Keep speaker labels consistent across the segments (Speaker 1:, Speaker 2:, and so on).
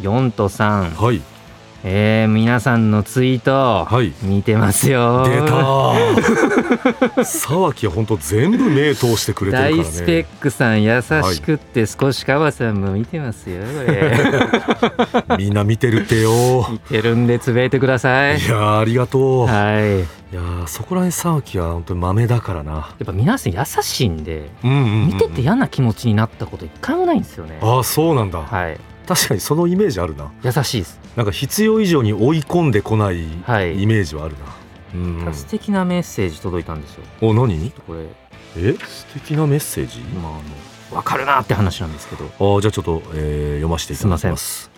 Speaker 1: よんとさん、
Speaker 2: はい
Speaker 1: えー、皆さんのツイート、
Speaker 2: はい
Speaker 1: 見てますよ。
Speaker 2: 出た 沢木は本当全部目通してくれてるからね
Speaker 1: 大スペックさん優しくって少し川さんも見てますよ、こ れ
Speaker 2: みんな見てるってよ
Speaker 1: 見てるんでつぶやいてくだ
Speaker 2: い
Speaker 1: さ
Speaker 2: や
Speaker 1: い
Speaker 2: ーありがとう、
Speaker 1: はいや
Speaker 2: い、やーそこら辺沢木は本当に豆だからな
Speaker 1: っぱ皆さん優しいんで
Speaker 2: うんうんうん
Speaker 1: 見てて嫌な気持ちになったこと一回もないんですよね、
Speaker 2: ああそうなんだ、
Speaker 1: はい
Speaker 2: 確かにそのイメージあるな
Speaker 1: 優しいです、
Speaker 2: なんか必要以上に追い込んでこない
Speaker 1: はい
Speaker 2: イメージはあるな、うん
Speaker 1: 素敵なメッセージ届いたんですよ
Speaker 2: お何
Speaker 1: これ
Speaker 2: え素敵なメッセージ、
Speaker 1: まあ、あの分かるなって話なんですけど
Speaker 2: ああじゃあちょっと、えー読ませていただきます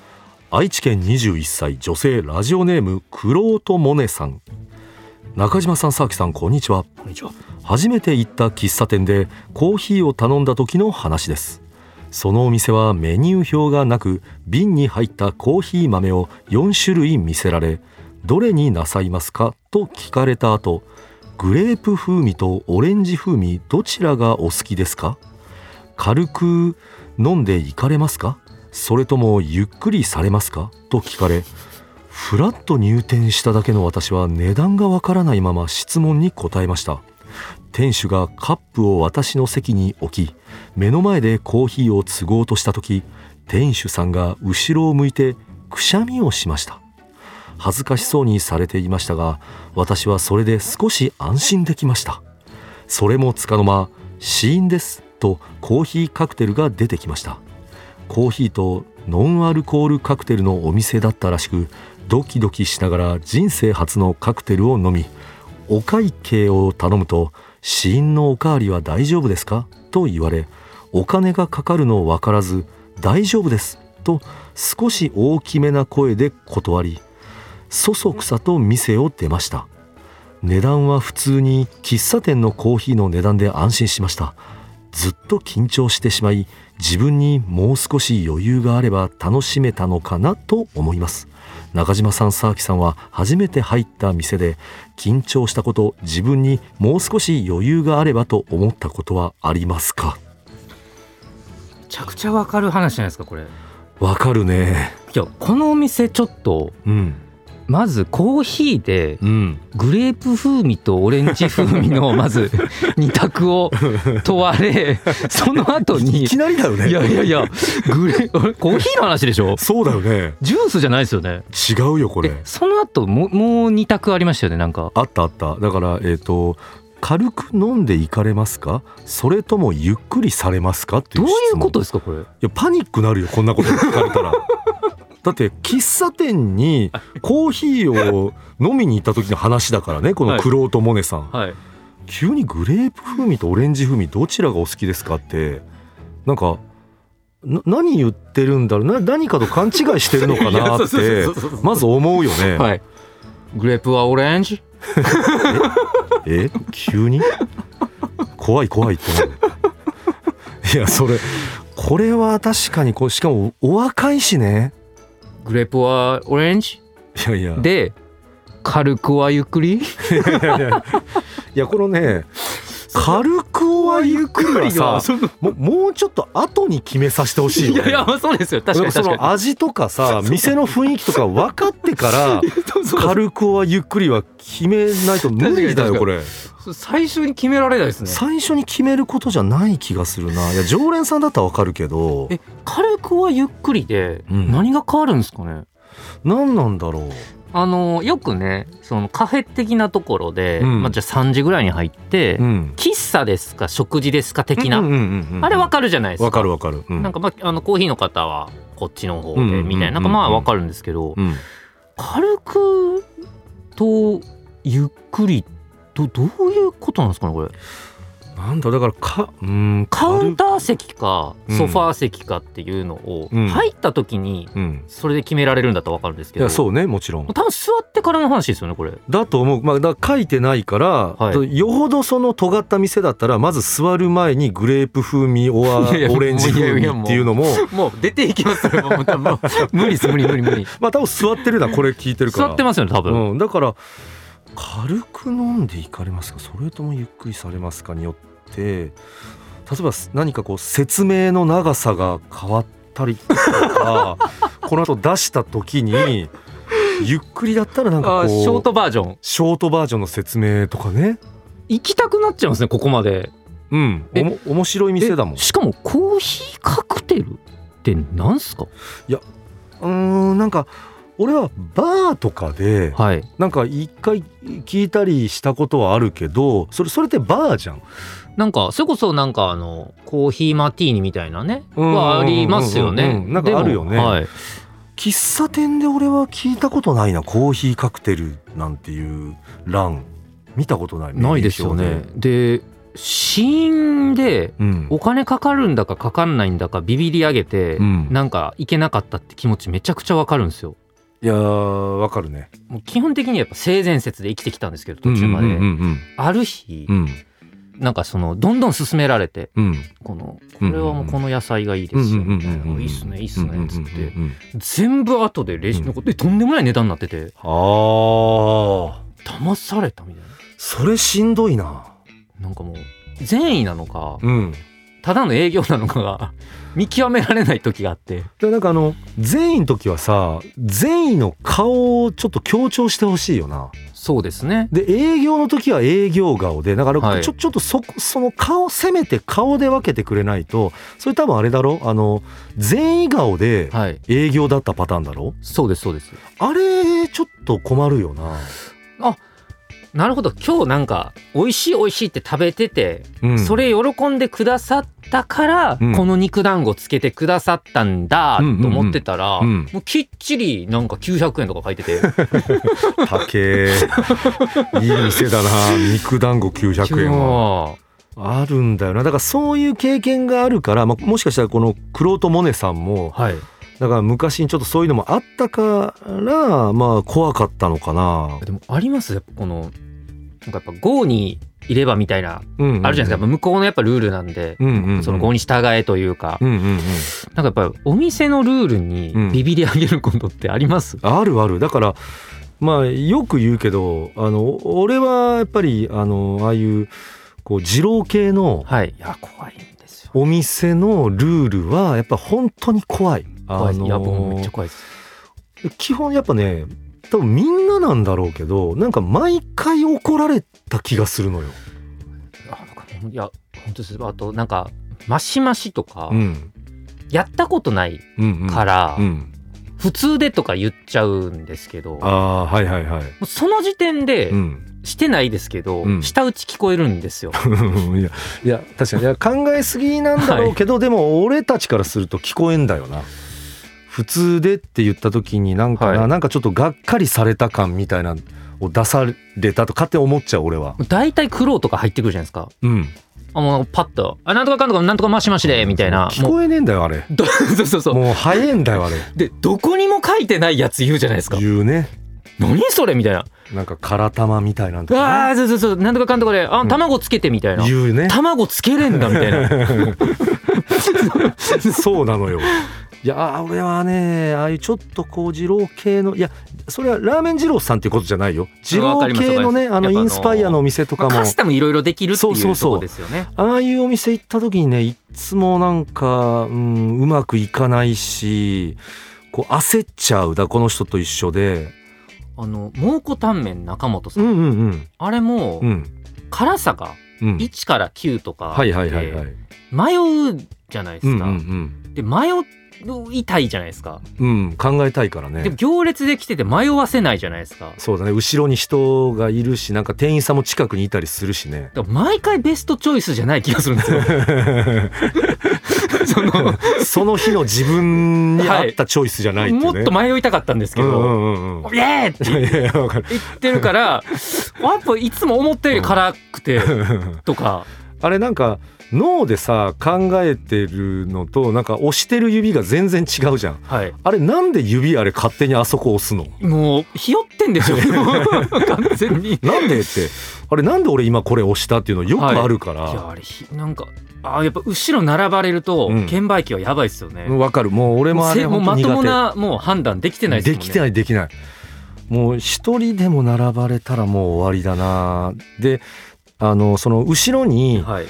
Speaker 2: 愛知県21歳女性ラジオネームクロートモネさん中島さん沢木さんこんにちは
Speaker 1: こんにちは
Speaker 2: 初めて行った喫茶店でコーヒーを頼んだ時の話ですそのお店はメニュー表がなく瓶に入ったコーヒー豆を4種類見せられどれになさいますかと聞かれた後グレープ風味とオレンジ風味どちらがお好きですか軽く飲んでいかれますかそれともゆっくりされますかと聞かれフラッと入店しただけの私は値段がわからないまま質問に答えました店主がカップを私の席に置き目の前でコーヒーを継ごうとした時店主さんが後ろを向いてくしゃみをしました恥ずかしそうにされていましたが私はそれで少し安心できましたそれもつかの間「死因です」とコーヒーカクテルが出てきましたコーヒーとノンアルコールカクテルのお店だったらしくドキドキしながら人生初のカクテルを飲みお会計を頼むと「死因のおかわりは大丈夫ですか?」と言われお金がかかるのを分からず「大丈夫です」と少し大きめな声で断りそそくさと店を出ました値段は普通に喫茶店のコーヒーの値段で安心しましたずっと緊張してしまい自分にもう少し余裕があれば楽しめたのかなと思います中島さん沢木さんは初めて入った店で緊張したこと自分にもう少し余裕があればと思ったことはありますか
Speaker 1: めちゃくちゃ分かる話じゃないですかこれい
Speaker 2: わかるね
Speaker 1: やこのお店ちょっと
Speaker 2: うん
Speaker 1: まずコーヒーで
Speaker 2: うん
Speaker 1: グレープ風味とオレンジ風味のま ず二択を問われその後に
Speaker 2: い
Speaker 1: い
Speaker 2: きなりだよね
Speaker 1: やいやいやグレーあれコーヒーの話でしょ
Speaker 2: そうだよね
Speaker 1: ジュースじゃないですよね
Speaker 2: 違うよこれ
Speaker 1: えその後ももう二択ありましたよねなんか
Speaker 2: あったあっただからえっ、と軽く飲んでいかれますかそれともゆっくりされますかってい
Speaker 1: ど
Speaker 2: う
Speaker 1: うい
Speaker 2: 質問
Speaker 1: うことですかこれ
Speaker 2: いやパニックなるよこんなこと聞かれたら だって喫茶店にコーヒーを飲みに行った時の話だからねこの
Speaker 1: はい
Speaker 2: クロートモネさん、
Speaker 1: はい
Speaker 2: 急にグレープ風味とオレンジ風味どちらがお好きですかってなんかな何言ってるんだろうな何かと勘違いしてるのか
Speaker 1: いや
Speaker 2: な
Speaker 1: そ
Speaker 2: っ
Speaker 1: うそう
Speaker 2: て
Speaker 1: そうそうそう
Speaker 2: まず思うよね、
Speaker 1: はいグレープはオレンジ
Speaker 2: え急に怖い怖いってなるいやそれこれは確かにこうしかもお若いしね
Speaker 1: グレープはオレンジ
Speaker 2: いやいや
Speaker 1: で軽くはゆっく り
Speaker 2: いやいやいやこのね軽くはゆっくりはさもうもうちょっと後に決めさせてほしいよ、
Speaker 1: い
Speaker 2: ね、
Speaker 1: やいや、まあそうですよ。確
Speaker 2: な
Speaker 1: か
Speaker 2: ん
Speaker 1: に
Speaker 2: かそ
Speaker 1: 確か
Speaker 2: の味とかさ店の雰囲気とか分かってから
Speaker 1: に。そう そう
Speaker 2: 軽くはゆっくりは決めないと無理だよ
Speaker 1: 確かに確かに
Speaker 2: これ
Speaker 1: そう最初に決められないですね。
Speaker 2: 最初に決めることじゃない気がするないや常連さんだったら分かるけど
Speaker 1: え、軽くはゆっくりで、
Speaker 2: うん
Speaker 1: 何が変わるんですかね。
Speaker 2: 何なんだろう
Speaker 1: あの、よくね、そのカフェ的なところで、
Speaker 2: うん
Speaker 1: まあ、じゃあ三時ぐらいに入って、
Speaker 2: ん、
Speaker 1: 喫茶ですか、食事ですか的な。
Speaker 2: うんうんうんうん
Speaker 1: あれわかるじゃないですか。
Speaker 2: わかるわかる、うん、
Speaker 1: なんか、まあ、あのコーヒーの方はこっちの方で
Speaker 2: うんうんうんうん
Speaker 1: みたいな、なんか、まあ、わかるんですけど。
Speaker 2: うん、
Speaker 1: 軽くとゆっくり。どどういうことなんですかねこれ
Speaker 2: なんだだからかうーん
Speaker 1: カウン
Speaker 2: タ
Speaker 1: ター席か
Speaker 2: うん
Speaker 1: ソファー席かっていうのを
Speaker 2: うん
Speaker 1: 入った時に
Speaker 2: うん
Speaker 1: それで決められるんだったら分かるんで
Speaker 2: い
Speaker 1: すけど
Speaker 2: やそうねもちろん
Speaker 1: もう多分座ってからの話ですよねこれ
Speaker 2: だと思う、まあ、だから書いてないから、
Speaker 1: はい
Speaker 2: とよほどその尖った店だったらまず座る前にグレープ風味オ
Speaker 3: い
Speaker 2: ア
Speaker 3: やいや
Speaker 2: オレンジ風味っていうのも
Speaker 1: もう出ていきますよもう多分
Speaker 3: 無理です無理無理無理
Speaker 2: まあ多分座ってるのはこれ聞いてるから
Speaker 1: 座ってますよね多分、
Speaker 2: うん、だから軽く飲んでいかれますかそれともゆっくりされますかによって例えば何かこう説明の長さが変わったりと かこの後出した時にゆっくりだったらなん
Speaker 1: あ
Speaker 2: かこ
Speaker 1: ー
Speaker 2: う
Speaker 1: ショートバージョン
Speaker 2: ショートバージョンの説明とかね
Speaker 1: 行きたくなっちゃいますねここまで
Speaker 2: うんおも面白い店だもん
Speaker 1: えしかもコーヒーカクテルってなんすか
Speaker 2: うーんなんか俺はバーとかで
Speaker 1: はい
Speaker 2: なんか一回聞いたりしたことはあるけどそれそれってバーじゃん
Speaker 1: なんかそれこそなんかあのコーヒーマティーニみたいなね
Speaker 2: うんうんうんうん
Speaker 1: はありますよ
Speaker 2: うんう
Speaker 1: ね
Speaker 2: んうんなんかあるよね
Speaker 1: でもはい
Speaker 2: 喫茶店で俺は聞いたことないなコーヒーカクテルなんていう欄見たことない
Speaker 1: ないですよねで死因で
Speaker 2: うん
Speaker 1: お金かかるんだかかかんないんだかビビり上げて、
Speaker 2: うん
Speaker 1: なんかいけなかったって気持ちめちゃくちゃわかるんですよ
Speaker 2: いやーわかるね
Speaker 1: もう基本的にやっぱ性善説で生きてきたんですけど途中まで、
Speaker 2: うんうん
Speaker 1: ある日、
Speaker 2: うん
Speaker 1: なんかそのどんどん勧められて
Speaker 2: うん
Speaker 1: このこ
Speaker 2: うんうんうん
Speaker 1: れはもうこの野菜がいいです
Speaker 2: うんうんう
Speaker 1: よ
Speaker 2: んうん
Speaker 1: みたいなのいいっすねいいっす
Speaker 2: うんうんうんうん
Speaker 1: ねっつって、
Speaker 2: うん
Speaker 1: 全部後でレジのことでとんでもない値段になってて
Speaker 2: あー
Speaker 1: 騙されたみたい
Speaker 2: それしんどいな
Speaker 1: ななんかもう善意なのか
Speaker 2: うん
Speaker 1: ただの営業なのかが見極められない時があって
Speaker 2: でなんかあの善意の時はさ善意の顔をちょっと強調してほしいよな
Speaker 1: そうですね
Speaker 2: で営業の時は営業顔でだからちょ,、
Speaker 1: はい
Speaker 2: ちょっとそこその顔せめて顔で分けてくれないとそれ多分あれだろあの全員顔で
Speaker 1: はい
Speaker 2: 営業だったパターンだろ
Speaker 1: そうですそうです
Speaker 2: あれちょっと困るよな、
Speaker 1: なるほど今日なんか美味しい美味しいって食べてて、
Speaker 2: うん
Speaker 1: それ喜んでくださったから、
Speaker 2: うん
Speaker 1: この肉団子つけてくださったんだと思ってたら、
Speaker 2: うんうんうんうん
Speaker 1: もうきっちりなんか900円とか書いてて
Speaker 2: 高えいい店だな肉団子900円は
Speaker 1: は
Speaker 2: あるんだよなだからそういう経験があるから、まあ、もしかしたらこのくろとモネさんも
Speaker 1: はい
Speaker 2: だから昔にちょっとそういうのもあったからまあ怖かったのかな、
Speaker 1: でもありますやっぱこのなんかやっぱ郷にいればみたいな
Speaker 2: うんうんうん
Speaker 1: あるじゃないですか、やっぱ向こうのやっぱルールなんで、
Speaker 2: うんうんうん
Speaker 1: その郷に従えというか、
Speaker 2: うんうんうん、
Speaker 1: なんかやっぱりお店のルールにビビり上げることってあります、
Speaker 2: あるあるだからまあよく言うけどあのお俺はやっぱりあのああいうこう二郎系の
Speaker 1: はいいや怖いんですよ
Speaker 2: お店のルールはやっぱ本当に怖い。
Speaker 1: 怖
Speaker 2: あ
Speaker 1: いですいや僕もめっちゃ
Speaker 2: の
Speaker 1: 怖いです
Speaker 2: 基本やっぱね多分みんななんだろうけどなんか毎回怒られた気がするのよ。
Speaker 1: あなんかほんいや本当ですあとなんかマシマシとか、
Speaker 2: うん
Speaker 1: やったことない
Speaker 2: うんうん
Speaker 1: から、
Speaker 2: うん、
Speaker 1: 普通でとか言っちゃうんですけど
Speaker 2: あ
Speaker 1: も
Speaker 2: あはいはいはい。
Speaker 1: うその時点で
Speaker 2: うん、
Speaker 1: してないですけど、
Speaker 2: うん
Speaker 1: 舌打ち聞こえるんですよ
Speaker 2: いやいや確かにいや考えすぎなんだろうけど、でも俺たちからすると聞こえんだよな普通でって言った時になんかな,、
Speaker 1: はい
Speaker 2: なんかちょっとがっかりされた感みたいなのを出されたと勝手に思っちゃう俺は
Speaker 1: 大体苦労とか入ってくるじゃないですか
Speaker 2: うん
Speaker 1: あもうパッと「あなんとかかんとかなんとかマシマシで」みたいな
Speaker 2: 聞
Speaker 1: もう
Speaker 2: こえねえんだよあれ
Speaker 1: ど そうそうそう
Speaker 2: もう早えんだよあれ
Speaker 1: でどこにも書いてないやつ言う じゃないですか
Speaker 2: 言うね
Speaker 1: 「何それ」みたいな
Speaker 2: なんか空玉みたいなん
Speaker 1: 「う
Speaker 2: と
Speaker 1: わ
Speaker 2: か、
Speaker 1: あそうそうそうなんとかかんとかであ
Speaker 2: ん
Speaker 1: 卵つけて」みたいな
Speaker 2: ね、言うね
Speaker 1: 「卵つけれんだ」みたいな
Speaker 2: そうなのよ。いやー俺はねああいうちょっとこう二郎系のいやそれはラーメン二郎さんっていうことじゃないよ二郎系のね
Speaker 1: わ
Speaker 2: あ
Speaker 1: かりますわかります
Speaker 2: のインスパイアのお店とか
Speaker 1: まあ
Speaker 2: も、
Speaker 1: カスタムいろいろできるって
Speaker 2: そ
Speaker 1: いうう
Speaker 2: そうそ
Speaker 1: と
Speaker 2: う
Speaker 1: こですよね
Speaker 2: ああいうお店行った時にねいっつもなんか、うん、うまくいかないしこう焦っちゃうだこの人と一緒で
Speaker 1: あの蒙古タンメン中本さ
Speaker 2: うん
Speaker 1: ん、
Speaker 2: うんうん
Speaker 1: あれも
Speaker 2: うん
Speaker 1: 辛さが
Speaker 2: うん
Speaker 1: 1から9とか
Speaker 2: はいはいはいはい
Speaker 1: で迷うじゃないで
Speaker 2: うん
Speaker 1: す
Speaker 2: う
Speaker 1: か、
Speaker 2: ん
Speaker 1: で迷いたいじゃないですか、
Speaker 2: うんうん考えたいから
Speaker 1: でも
Speaker 2: ね
Speaker 1: 行列で来てて迷わせないじゃないですか
Speaker 2: そうだね後ろに人がいるしなんか店員さんも近くにいたりするしね
Speaker 1: だから毎回ベストチョイスじゃない気がするん ですよその
Speaker 2: その日の自分に合ったチョイスじゃないっていうね、
Speaker 1: もっと迷いたかったんですけ
Speaker 2: うん
Speaker 1: ど、
Speaker 2: うんうん
Speaker 1: イエーって
Speaker 2: いやいやいやわかる
Speaker 1: 言ってるからやっぱいつも思ったより辛くてとか
Speaker 2: あれなんか脳でさ考えてるのとなんか押してる指が全然違うじゃん
Speaker 1: はい
Speaker 2: あれなんで指あれ勝手にあそこ押すの
Speaker 3: もう
Speaker 1: ひよってんでしょ 完全にい
Speaker 2: なんでってあれなんで俺今これ押したっていうのよくあるから、
Speaker 1: やあれひなんかあーやっぱ後ろ並ばれると
Speaker 2: うん
Speaker 1: 券売機はやばいですよね、
Speaker 2: わかるもう俺も
Speaker 1: もう
Speaker 2: あ
Speaker 1: せ
Speaker 2: れ
Speaker 1: もう
Speaker 2: 本当苦
Speaker 1: まと
Speaker 2: 手
Speaker 1: もなもう判断できてないです
Speaker 2: で
Speaker 1: もんね
Speaker 2: きてないできないもう一人でも並ばれたらもう終わりだなであのその後ろに
Speaker 1: はい、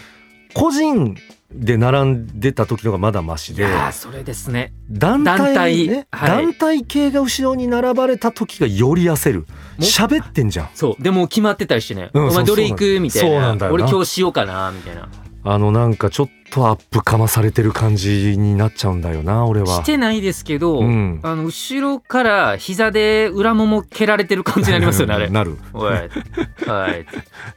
Speaker 2: 個人で並んでた時のがまだマシ
Speaker 1: い
Speaker 2: で
Speaker 1: やーそれですね
Speaker 2: 団体ね
Speaker 1: 団体はい
Speaker 2: 団体系が後ろに並ばれた時がより焦る
Speaker 1: も
Speaker 2: 喋ってんじゃん
Speaker 1: そうでもう決まってたりしてね、
Speaker 2: うん
Speaker 1: お
Speaker 2: そ
Speaker 1: 前
Speaker 2: う
Speaker 1: どれ行くみたいな
Speaker 2: そうなんだよな
Speaker 1: 俺今日しようかなみたいな
Speaker 2: あのなんかちょっとアップかまされてる感じになっちゃうんだよな俺は
Speaker 1: してないですけど、
Speaker 2: うん
Speaker 1: あの後ろから膝で裏もも蹴られてる感じになりますよねあれ
Speaker 2: なる
Speaker 1: おいはい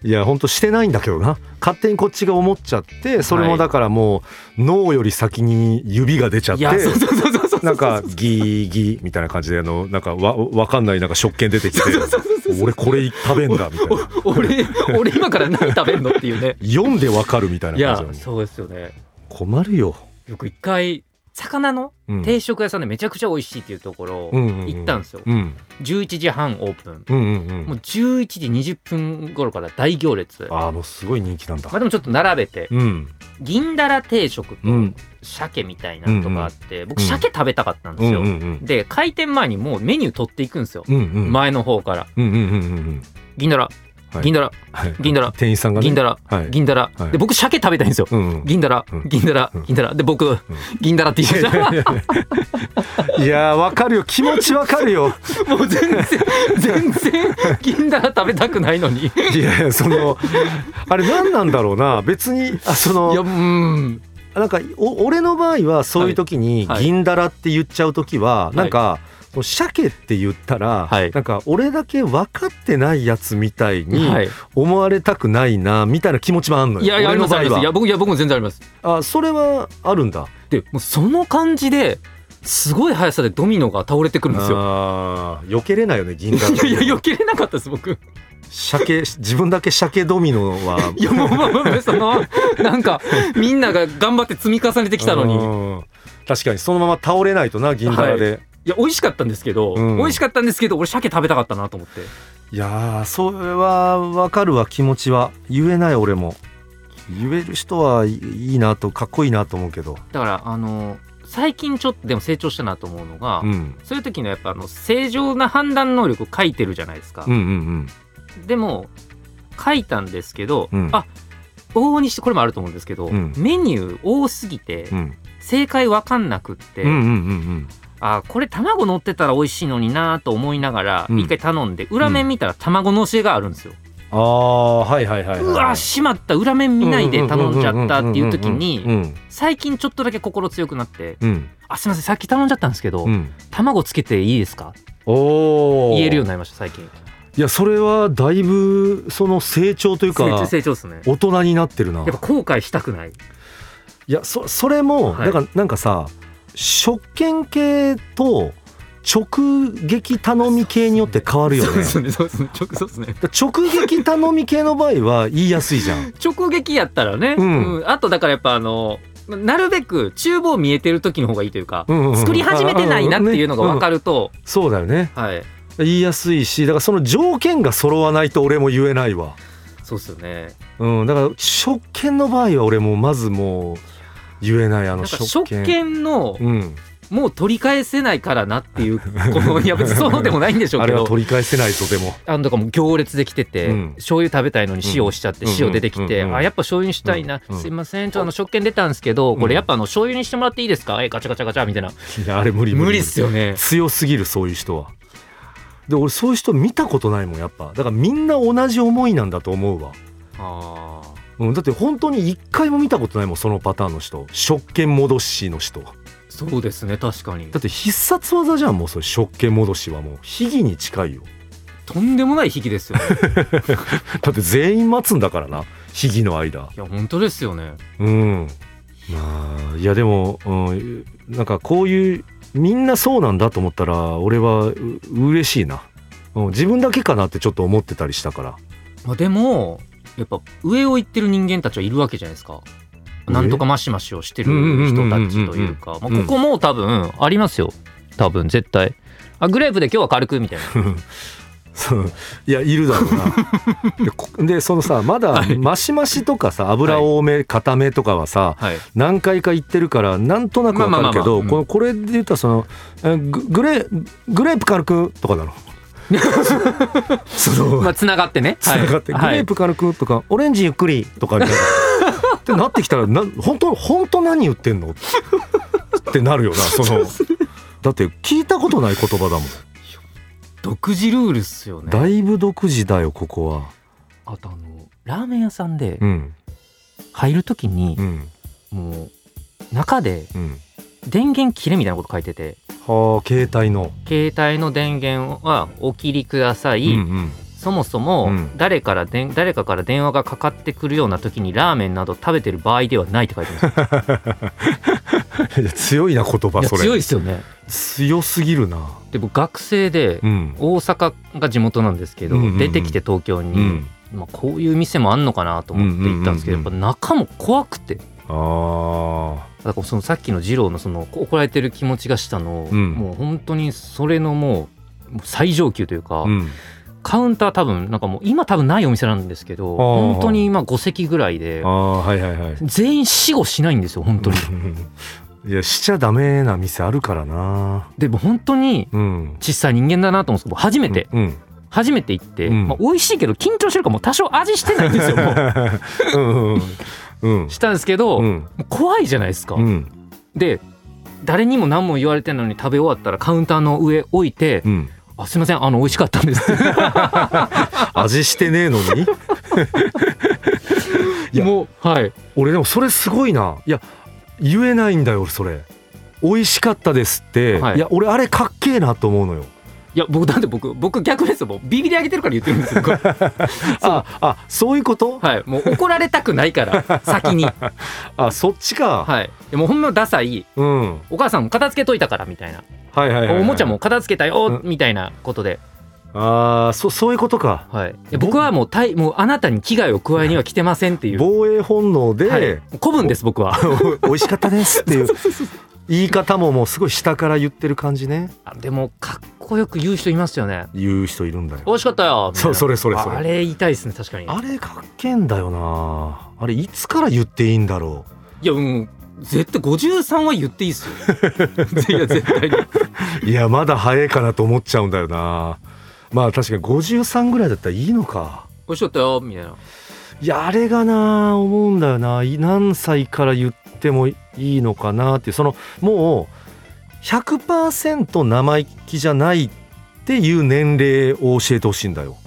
Speaker 2: いや本当してないんだけどな勝手にこっちが思っちゃってそれもだからもう脳より先に指が出ちゃっ
Speaker 1: い
Speaker 2: て
Speaker 1: やそうそうそうそうそう
Speaker 2: なんかギーギーみたいな感じであのなんかわわかんないなんか食券出てきて俺これ食べんだみたいな
Speaker 1: お俺俺今から何食べんのっていうね
Speaker 2: 読んでわかるみたい
Speaker 1: い
Speaker 2: な
Speaker 1: や
Speaker 2: 感じで
Speaker 1: そうですよね
Speaker 2: 困るよ。
Speaker 1: よく一回魚の
Speaker 2: うん
Speaker 1: 定食屋さんでめちゃくちゃ美味しいっていうところ
Speaker 2: うんうんうん
Speaker 1: 行ったんですよ
Speaker 2: うん
Speaker 1: 11時半オープン
Speaker 2: うんうんう。
Speaker 1: もうん11時20分頃から大行列ま
Speaker 2: ああもうすごい人気なんだ
Speaker 1: あ。でもちょっと並べて
Speaker 2: うん
Speaker 1: 銀だら定食と
Speaker 2: うん
Speaker 1: 鮭みたいなのとかあって僕
Speaker 2: うん
Speaker 1: 鮭食べたかったん
Speaker 2: う
Speaker 1: で
Speaker 2: ん
Speaker 1: す
Speaker 2: うんう
Speaker 1: よ
Speaker 2: ん
Speaker 1: で開店前にもうメニュー取っていくんですよ
Speaker 2: うんうん。
Speaker 1: 前の方から
Speaker 2: うんうんうんうん
Speaker 1: 銀だら
Speaker 2: はい
Speaker 1: 銀だら
Speaker 2: はい
Speaker 1: 銀だら
Speaker 2: 店員さんがね
Speaker 1: 銀だら
Speaker 2: はい。
Speaker 1: 銀だら
Speaker 2: はい
Speaker 1: で僕鮭食べたいんですよ
Speaker 2: うんうん。
Speaker 1: 銀だら
Speaker 2: うん
Speaker 1: 銀だら
Speaker 2: うん
Speaker 1: 銀だらで僕銀だらって言ってた
Speaker 2: いやーわかるよ気持ちわかるよ。
Speaker 1: もう全然全然銀だら食べたくないのにい
Speaker 2: いやいやそのあれ何なんだろうな別にあその
Speaker 1: やうん
Speaker 2: なんかお俺の場合はそういう時に
Speaker 1: はいはい
Speaker 2: 銀だらって言っちゃう時は、
Speaker 1: い
Speaker 2: なんか。その鮭って言ったら、
Speaker 1: はい
Speaker 2: なんか俺だけ分かってないやつみたいに
Speaker 1: はい
Speaker 2: 思われたくないなみたいな気持ちもあんのよ。
Speaker 1: いやいやあ
Speaker 2: 俺
Speaker 1: り
Speaker 2: の場
Speaker 1: ます
Speaker 2: 合は
Speaker 1: ありますいや僕いや僕も全然あります
Speaker 2: あそれはあるんだ。
Speaker 1: でもうその感じですごい速さでドミノが倒れてくるんですよ。
Speaker 2: ああ避けれないよね銀河。
Speaker 1: いやいや避けれなかったです僕。
Speaker 2: 鮭自分だけ鮭ドミノ は。
Speaker 1: いやもうまあまあ まあそのなんかみんなが頑張って積み重ねてきたのに
Speaker 2: に。確かにそのまま倒れないとな銀河で。
Speaker 1: いや美味しかったんですけど、
Speaker 2: うん
Speaker 1: 美味しかったんですけど俺鮭食べたかったなと思って
Speaker 2: い、やーそれはわかるわ気持ちは言えない俺も。言える人はいいなとかっこいいなと思うけど。
Speaker 1: だからあの最近ちょっとでも成長したなと思うのが、
Speaker 2: うん
Speaker 1: そういう時のやっぱあの正常な判断能力を書いてるじゃないですか
Speaker 2: うんう、ん
Speaker 1: でも書いたんですけど、
Speaker 2: うん
Speaker 1: あ往々にしてこれもあると思うんですけど、
Speaker 2: うん
Speaker 1: メニュー多すぎて、
Speaker 2: うんうん
Speaker 1: 正解わかんなくって、
Speaker 2: うんうんうん
Speaker 1: あこれ卵乗ってたら美味しいのになと思いながら
Speaker 2: うん
Speaker 1: 一回頼んで、裏面見たら卵のせがあるんですよ、
Speaker 2: ああはいはいはい、はいう
Speaker 1: わしまった裏面見ないで頼んじゃったっていう時
Speaker 2: う
Speaker 1: に
Speaker 2: ん
Speaker 1: 最近ちょっとだけ心強くなって
Speaker 2: うん
Speaker 1: 「あすいませんさっき頼んじゃったんですけど、
Speaker 2: うん
Speaker 1: 卵つけていいですか?」
Speaker 2: おお
Speaker 1: 言えるようになりました最近
Speaker 2: いやそれはだいぶその成長という
Speaker 1: 成長
Speaker 2: か
Speaker 1: 成長ですね
Speaker 2: 大人になってるな
Speaker 1: やっぱ後悔したくない
Speaker 2: いやそそれも、
Speaker 1: はい
Speaker 2: なんかなんかさ食券系と直撃頼み系によって変わるよね
Speaker 1: そうですねそうですね直そうですね
Speaker 2: だ直撃頼み系の場合は言いやすいじゃ ん
Speaker 1: 直撃やったらね、
Speaker 2: うん
Speaker 1: うんあとだからやっぱあのなるべく厨房見えてる時の方がいいというか、
Speaker 2: うんうんうん
Speaker 1: 作り始めてないなっていうのが分かると、
Speaker 2: そうだよね
Speaker 1: はい
Speaker 2: 言いやすいしだからその条件が揃わないと俺も言えないわ、
Speaker 1: そうっすよね
Speaker 2: うん、だから食券の場合は俺もうまずもう言えないあ
Speaker 1: なん
Speaker 2: の
Speaker 1: か
Speaker 2: 食
Speaker 1: 食
Speaker 2: 券
Speaker 1: 券の
Speaker 2: うん、
Speaker 1: もう取り返せないからなって いうこのいや別にそうでもないんでしょう
Speaker 2: あ
Speaker 1: け
Speaker 2: れは
Speaker 1: ど
Speaker 2: 取り返せないとでも
Speaker 1: あのとかもう行列できてて、
Speaker 2: うん
Speaker 1: 醤油食べたいのに塩をしちゃって
Speaker 2: うん
Speaker 1: 塩出てきて、
Speaker 2: うん
Speaker 1: あやっぱ醤油にしたいな、
Speaker 2: うん
Speaker 1: すいませんちょっとあの食券出たんですけど、
Speaker 2: うん
Speaker 1: これやっぱあの醤油にしてもらっていいですかえガチャガチャガチャみたいない
Speaker 2: やあれ無理
Speaker 1: 無理っすよね
Speaker 2: 強すぎるそういう人はで俺そういう人見たことないもんやっぱだからみんな同じ思いなんだと思うわ、
Speaker 1: あー
Speaker 2: うん、だって本当に一回も見たことないもんそのパターンの人食券戻しの人だ
Speaker 1: そうですね確かに
Speaker 2: って必殺技じゃんもうそれ食券戻しはもう秘技に近いよ
Speaker 1: とんでもない引きですよね
Speaker 2: だって全員待つんだからな秘技の間
Speaker 1: いや本当ですよね
Speaker 2: うんまあいやでも、うん、なんかこういうみんなそうなんだと思ったら俺はう嬉しいな、うん、自分だけかなってちょっと思ってたりしたから
Speaker 1: まあでもやっぱ上を行ってる人間たちはいるわけじゃないですか。
Speaker 2: 上
Speaker 1: なんとかマシマシをしてる人たちというか、まあ、
Speaker 2: うん
Speaker 1: ここも多分ありますよ。多分絶対。あグレープで今日は軽くみたいな。
Speaker 2: そういやいるだろう なでこでそのさまだ
Speaker 1: はい
Speaker 2: マシマシとかさ油多め固めとかはさ
Speaker 1: はい。
Speaker 2: 何回か言ってるからなんとなくわかるけど
Speaker 1: まあまあまあまあうん
Speaker 2: このこれで言ったらそのえググレグレープ軽くとか だろその
Speaker 1: まあ、つながっ てね。
Speaker 2: つながって、
Speaker 1: は
Speaker 2: グ
Speaker 1: い
Speaker 2: レープ軽くとかオレンジゆっくりとかみたいな ってなってきたらな本当本当何言ってんのってなるよなそのだって聞いたことない言葉だもん、
Speaker 1: 独自ルールっすよね。
Speaker 2: だいぶ独自だよここは
Speaker 1: あとあのラーメン屋さんで
Speaker 2: うん
Speaker 1: 入るときに
Speaker 2: う、ん
Speaker 1: もう中で
Speaker 2: うん
Speaker 1: 電源切れみたいなこと書いてて
Speaker 2: はあ携帯の
Speaker 1: 携帯の電源はお切りください、
Speaker 2: うん
Speaker 1: そもそうも
Speaker 2: ん
Speaker 1: 誰からでん誰かから電話がかかってくるような時にラーメンなど食べてる場合ではないって書いてます
Speaker 2: うん、いや強いな言葉
Speaker 3: いや
Speaker 2: それ
Speaker 3: 強いですよね。
Speaker 2: 強すぎるな
Speaker 1: で僕学生で
Speaker 2: うん
Speaker 1: 大阪が地元なんですけど、
Speaker 2: うんうんうん
Speaker 1: 出てきて東京に、
Speaker 2: うん
Speaker 1: まあ、こういう店もあんのかなと思って行ったんですけど、
Speaker 2: うんうんうん
Speaker 1: やっぱ中も怖くて
Speaker 2: あ
Speaker 1: だからそのさっきの二郎のその怒られてる気持ちがしたのを、
Speaker 2: うん
Speaker 1: もう本当にそれのもうもう最上級というか、
Speaker 2: あうん
Speaker 1: カウンター多分なんかもう今多分ないお店なんですけど
Speaker 2: あー
Speaker 1: 本当に今5席ぐらいで
Speaker 2: ああはいはいはい
Speaker 1: 全員死後しないんですよ本当に
Speaker 2: うんいやしちゃダメな店あるからな
Speaker 1: でも本当に
Speaker 2: うん
Speaker 1: 小さい人間だなと思うんですけど初めて、
Speaker 2: うんうん
Speaker 1: 初めて行って、
Speaker 2: うん
Speaker 1: まあ、美味しいけど緊張してるからもう多少味してないんですよ もう
Speaker 2: うんうんうん
Speaker 1: したんですけど、
Speaker 2: う
Speaker 1: も
Speaker 2: ん
Speaker 1: う怖いじゃないですか、
Speaker 2: うん
Speaker 1: で誰にも何も言われてないのに食べ終わったらカウンターの上置いて
Speaker 2: うん
Speaker 1: 「あすいませんあの美味しかったんです」
Speaker 2: 味してねえのにいや
Speaker 1: もうはい
Speaker 2: 俺でもそれすごいないや言えないんだよ俺それ美味しかったですって、
Speaker 1: はい
Speaker 2: い、や俺あれかっけえなと思うのよ
Speaker 1: いや僕だって僕僕逆ですよもうビビり上げてるから言ってるんですよこれ
Speaker 2: ああそういうこと、
Speaker 1: はいもう怒られたくな いから先に
Speaker 2: あそっちか、
Speaker 1: はい、でもほんのダサい
Speaker 2: うん
Speaker 1: お母さんも片付けといたからみたいな、
Speaker 2: はいはいはいはい、
Speaker 1: おもちゃも片付けた
Speaker 2: う
Speaker 1: よみたいなことで、
Speaker 2: ああそそういうことか
Speaker 1: はい、で僕はもうたいもうあなたに危害を加えには来てませんっていう、
Speaker 2: 防衛本能で、
Speaker 1: はい、古文です僕は
Speaker 2: お美味しかったです っていう言い方ももうすごい下から言ってる感じね
Speaker 1: あでもかっこよく言う人いますよね
Speaker 2: 言う人いるんだよ
Speaker 1: 美味しかったよみたい
Speaker 2: そ
Speaker 1: な
Speaker 2: うそれそれそれ
Speaker 1: あれ言いたいですね確かに
Speaker 2: あれかっけえんだよなあれいつから言っていいんだろ
Speaker 1: いやもう絶対53は言っていいっ すよいや絶対に
Speaker 2: ういやまだ早いかなと思っちゃうんだよなまあ確かに53ぐらいだったらいいのか
Speaker 1: 美味しかったよみたいない
Speaker 2: やあれがな思うんだよない何歳から言ってもいいのかなっていうそのもう100%生意気じゃないっていう年齢を教えてほしいんだよ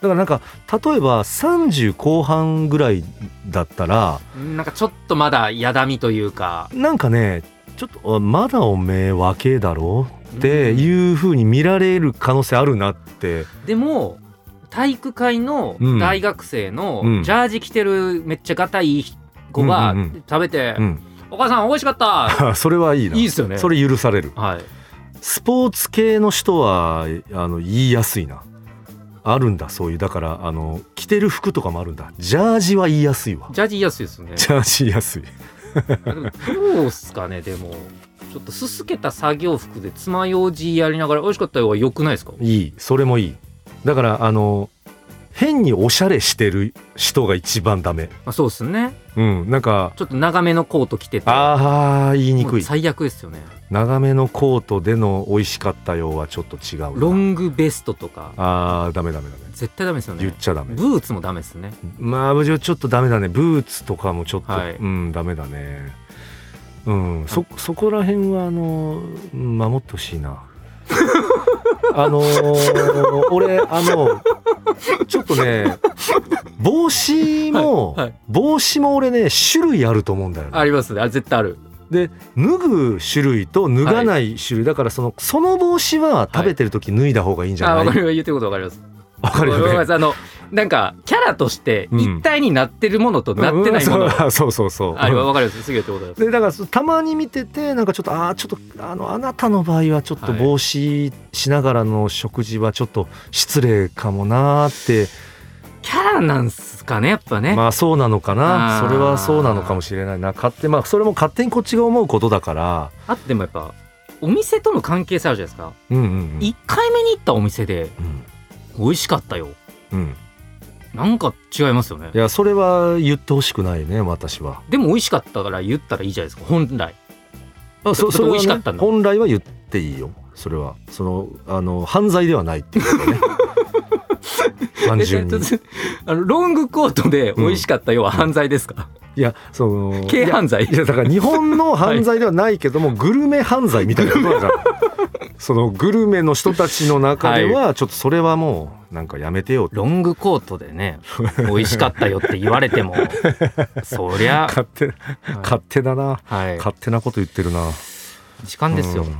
Speaker 2: だからなんか例えば30後半ぐらいだったら
Speaker 1: なんかちょっとまだやだみというか
Speaker 2: なんかねちょっとあまだおめえ若えだろっていう風に見られる可能性あるなって
Speaker 1: でも体育会の
Speaker 2: うん
Speaker 1: 大学生の
Speaker 2: うん
Speaker 1: ジャージ着てるめっちゃガタイいい子が
Speaker 2: うんうんう
Speaker 1: 食べて
Speaker 2: うん
Speaker 1: 「お母さん美味しかった
Speaker 2: それはいい」ない
Speaker 1: いですよね
Speaker 2: それ許される
Speaker 1: はい
Speaker 2: スポーツ系の人はあの言いやすいなあるんだそういうだからあの着てる服とかもあるんだジャージは言いやすいわ
Speaker 1: ジャージ安いですよね
Speaker 2: ジャージ言いやすい
Speaker 1: でもどうっすかねでもちょっとすすけた作業服で爪楊枝やりながら美味しかったよは良くないですか
Speaker 2: いいそれもいいだからあの変におしゃれしてる人が一番ダメ
Speaker 1: まあ、そうですね
Speaker 2: うんなんか
Speaker 1: ちょっと長めのコート着てて
Speaker 2: あー言いに
Speaker 1: も
Speaker 2: く
Speaker 1: う
Speaker 2: い
Speaker 1: 最悪ですよね
Speaker 2: 長めのコートでの美味しかったようはちょっと違う
Speaker 1: ロ
Speaker 2: な
Speaker 1: ングベストとか
Speaker 2: あーダメダメダメ
Speaker 1: 絶対ダメですよ
Speaker 2: 言っ
Speaker 1: ね
Speaker 2: ちゃダメ
Speaker 1: ブーツもダメですね
Speaker 2: まあ、ちょっとダメだね。ブーツとかもちょっと、
Speaker 1: はい
Speaker 2: うん、ダメだね。うん、そ、そこら辺は、あの、うん守ってほしいな。 あのー俺、あの、ちょっとね、帽子も、
Speaker 1: はいはい
Speaker 2: 帽子も俺ね、種類あると思うんだよね。
Speaker 1: ありますねあ絶対ある
Speaker 2: で、脱ぐ種類と脱がない種類、だからその、その帽子は食べてる時脱いだ方がいいんじゃな
Speaker 1: あ
Speaker 2: い
Speaker 1: わかる言ってることわかります
Speaker 2: わかる
Speaker 1: わかり
Speaker 2: よ
Speaker 1: ま
Speaker 2: ね。
Speaker 1: すあのなんかキャラとして
Speaker 2: うん
Speaker 1: 一体になってるものとなってないもの、
Speaker 2: うん そうそうそうそう。
Speaker 1: あれはわかりますすぐ言ってことです
Speaker 2: でだからそたまに見ててなんかちょっとああちょっとあのあなたの場合はちょっと
Speaker 1: はい
Speaker 2: 帽子しながらの食事はちょっと失礼かもなーって
Speaker 1: キャラなんすかねやっぱね、
Speaker 2: まあそうなのかな
Speaker 1: あー
Speaker 2: それはそうなのかもしれないな勝手まあそれも勝手にこっちが思うことだから
Speaker 1: あとでもやっぱお店との関係性あるじゃないですか、
Speaker 2: うんうんうん
Speaker 1: 一1回目に行ったお店で
Speaker 2: うん
Speaker 1: 美味しかったよ
Speaker 2: うん
Speaker 1: なんか違いますよね
Speaker 2: いやそれは言ってほしくないね私は
Speaker 1: でも美味しかったから言ったらいいじゃないですか本来
Speaker 2: あそ
Speaker 1: ちょっと
Speaker 2: それは
Speaker 1: 美味しかったん
Speaker 2: ね、
Speaker 1: だ
Speaker 2: 本来は言っていいよそれはそのあの犯罪ではないっていうこと ね単純に
Speaker 1: えちょっとあのロングコートで美味しかったよは犯罪ですか、
Speaker 2: いやその
Speaker 1: 軽犯罪
Speaker 2: いやだから日本の犯罪ではないけども、グルメ犯罪みたいなことだからそのグルメの人たちの中ではちょっとそれはもうなんかやめてよって
Speaker 1: ロングコートでね美味しかったよって言われてもそりゃ、
Speaker 2: 勝手勝手だな
Speaker 1: はい、
Speaker 2: 勝手なこと言ってるな
Speaker 1: 時間ですよ、
Speaker 2: うん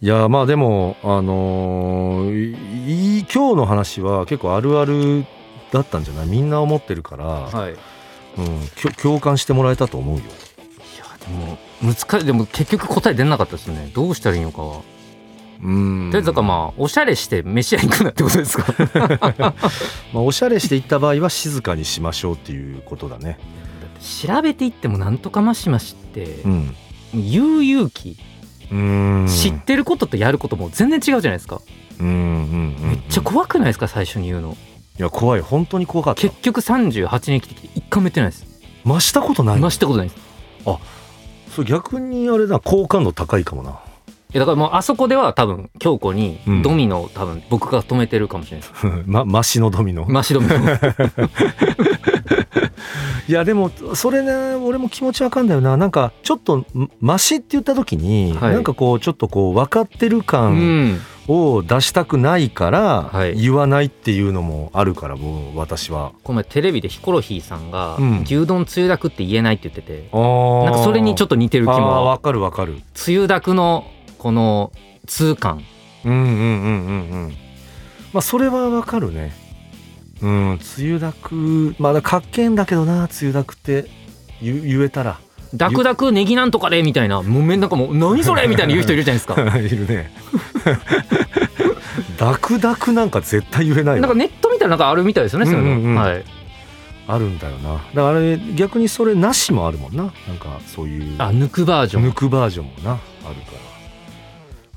Speaker 2: いやまあでもあのーいい今日の話は結構あるあるだったんじゃないみんな思ってるから、
Speaker 1: はいい
Speaker 2: うん、きょ共感してもらえたと思うよ
Speaker 1: やでも難しいでも結局答え出なかったですねどうしたらいいのかは
Speaker 2: うん
Speaker 1: とりあえずだからまあおしゃれして飯屋行くなってことです かだっ
Speaker 2: まあ、おしゃれしていった場合は静かにしましょうっていうことだね
Speaker 1: て調べていってもなんとかましましって、
Speaker 2: うん
Speaker 1: 言う勇気、
Speaker 2: うん
Speaker 1: 知ってることとやることも全然違うじゃないですか、
Speaker 2: うんうんうん、
Speaker 1: めっちゃ怖くないですか最初に言うの
Speaker 2: いや怖い本当に怖かった
Speaker 1: 結局38年生きてきて一回も言ってないです
Speaker 2: 増したことない
Speaker 1: 今したことないです
Speaker 2: それ逆にあれだ好感度高いかもない
Speaker 1: やだからもうあそこでは多分京子に
Speaker 2: うん
Speaker 1: ドミノを多分僕が止めてるかもしれない です、
Speaker 2: まマシのドミノ
Speaker 1: マシドミノ
Speaker 2: いやでもそれね俺も気持ちわかんだよななんかちょっとんマシって言った時に、
Speaker 1: はい
Speaker 2: なんかこうちょっとこう分かってる
Speaker 1: う
Speaker 2: 感
Speaker 1: ん
Speaker 2: を出したくないから、
Speaker 1: はい
Speaker 2: 言わないっていうのもあるからもう私は。
Speaker 1: この前テレビでヒコロヒーさんが
Speaker 2: うん
Speaker 1: 牛丼つゆだくって言えないって言ってて、
Speaker 2: な
Speaker 1: なんかそれにちょ
Speaker 2: っ
Speaker 1: っと似てる気も
Speaker 2: わかるわかる。
Speaker 1: つゆだくのこの通感
Speaker 2: うんうんうんうんうん。まあそれはわかるね。うん梅雨だくまあだからかっけえんだけどな梅雨だくって言言えたら
Speaker 1: ダクダクネギなんとかでみたいなもうめんなんかもう何それみたいな言う人いるじゃないです か
Speaker 2: いるね。ダクダクなんか絶対言えないわ
Speaker 1: なんかネットみたいななんかあるみたいですよね、そういうの
Speaker 2: うんうんうん
Speaker 1: はい。
Speaker 2: あるんだよなだからあれ逆にそれなしもあるもんななんかそういう
Speaker 1: あ、抜くバージョン。
Speaker 2: 抜くバージョンもなあるか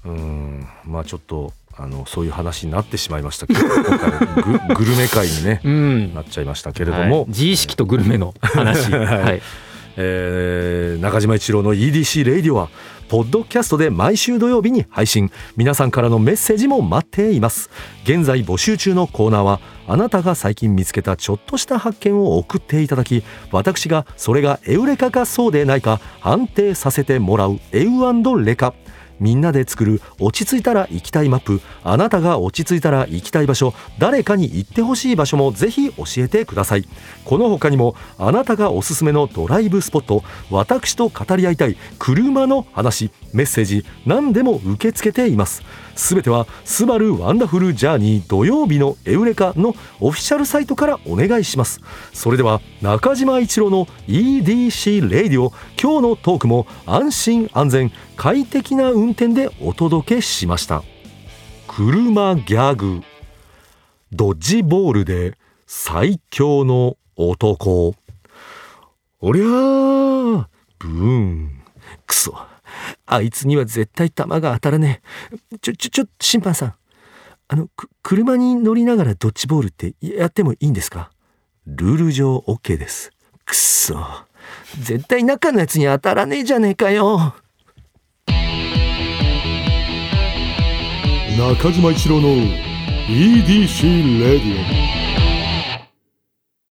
Speaker 2: らうーんまあちょっとあのそういう話になってしまいましたけど今回ググルメ界にね
Speaker 1: うん。
Speaker 2: なっちゃいましたけれども、
Speaker 1: はい自意識とグルメの 話。はい。
Speaker 2: えー中島一郎の EDC レイディオはポッドキャストで毎週土曜日に配信皆さんからのメッセージも待っています現在募集中のコーナーはあなたが最近見つけたちょっとした発見を送っていただき私がそれがエウレカかそうでないか判定させてもらうエウレカみんなで作る落ち着いたら行きたいマップあなたが落ち着いたら行きたい場所誰かに行ってほしい場所もぜひ教えてくださいこの他にもあなたがおすすめのドライブスポット私と語り合いたい車の話メッセージ何でも受け付けていますすべては「スバルワンダフルジャーニー土曜日のエウレカ」のオフィシャルサイトからお願いしますそれでは中島一郎の EDC レイディオ今日のトークも安心安全快適な運転でお届けしました車ギャグドッジボールで最強の男おりゃーブーンクソあいつには絶対弾が当たらねえちょちょちょ審判さんあのく車に乗りながらドッジボールってやってもいいんですかルール上 OK ですくっそ絶対中のやつに当たらねえじゃねえかよ
Speaker 4: 中島一郎の EDC レディオ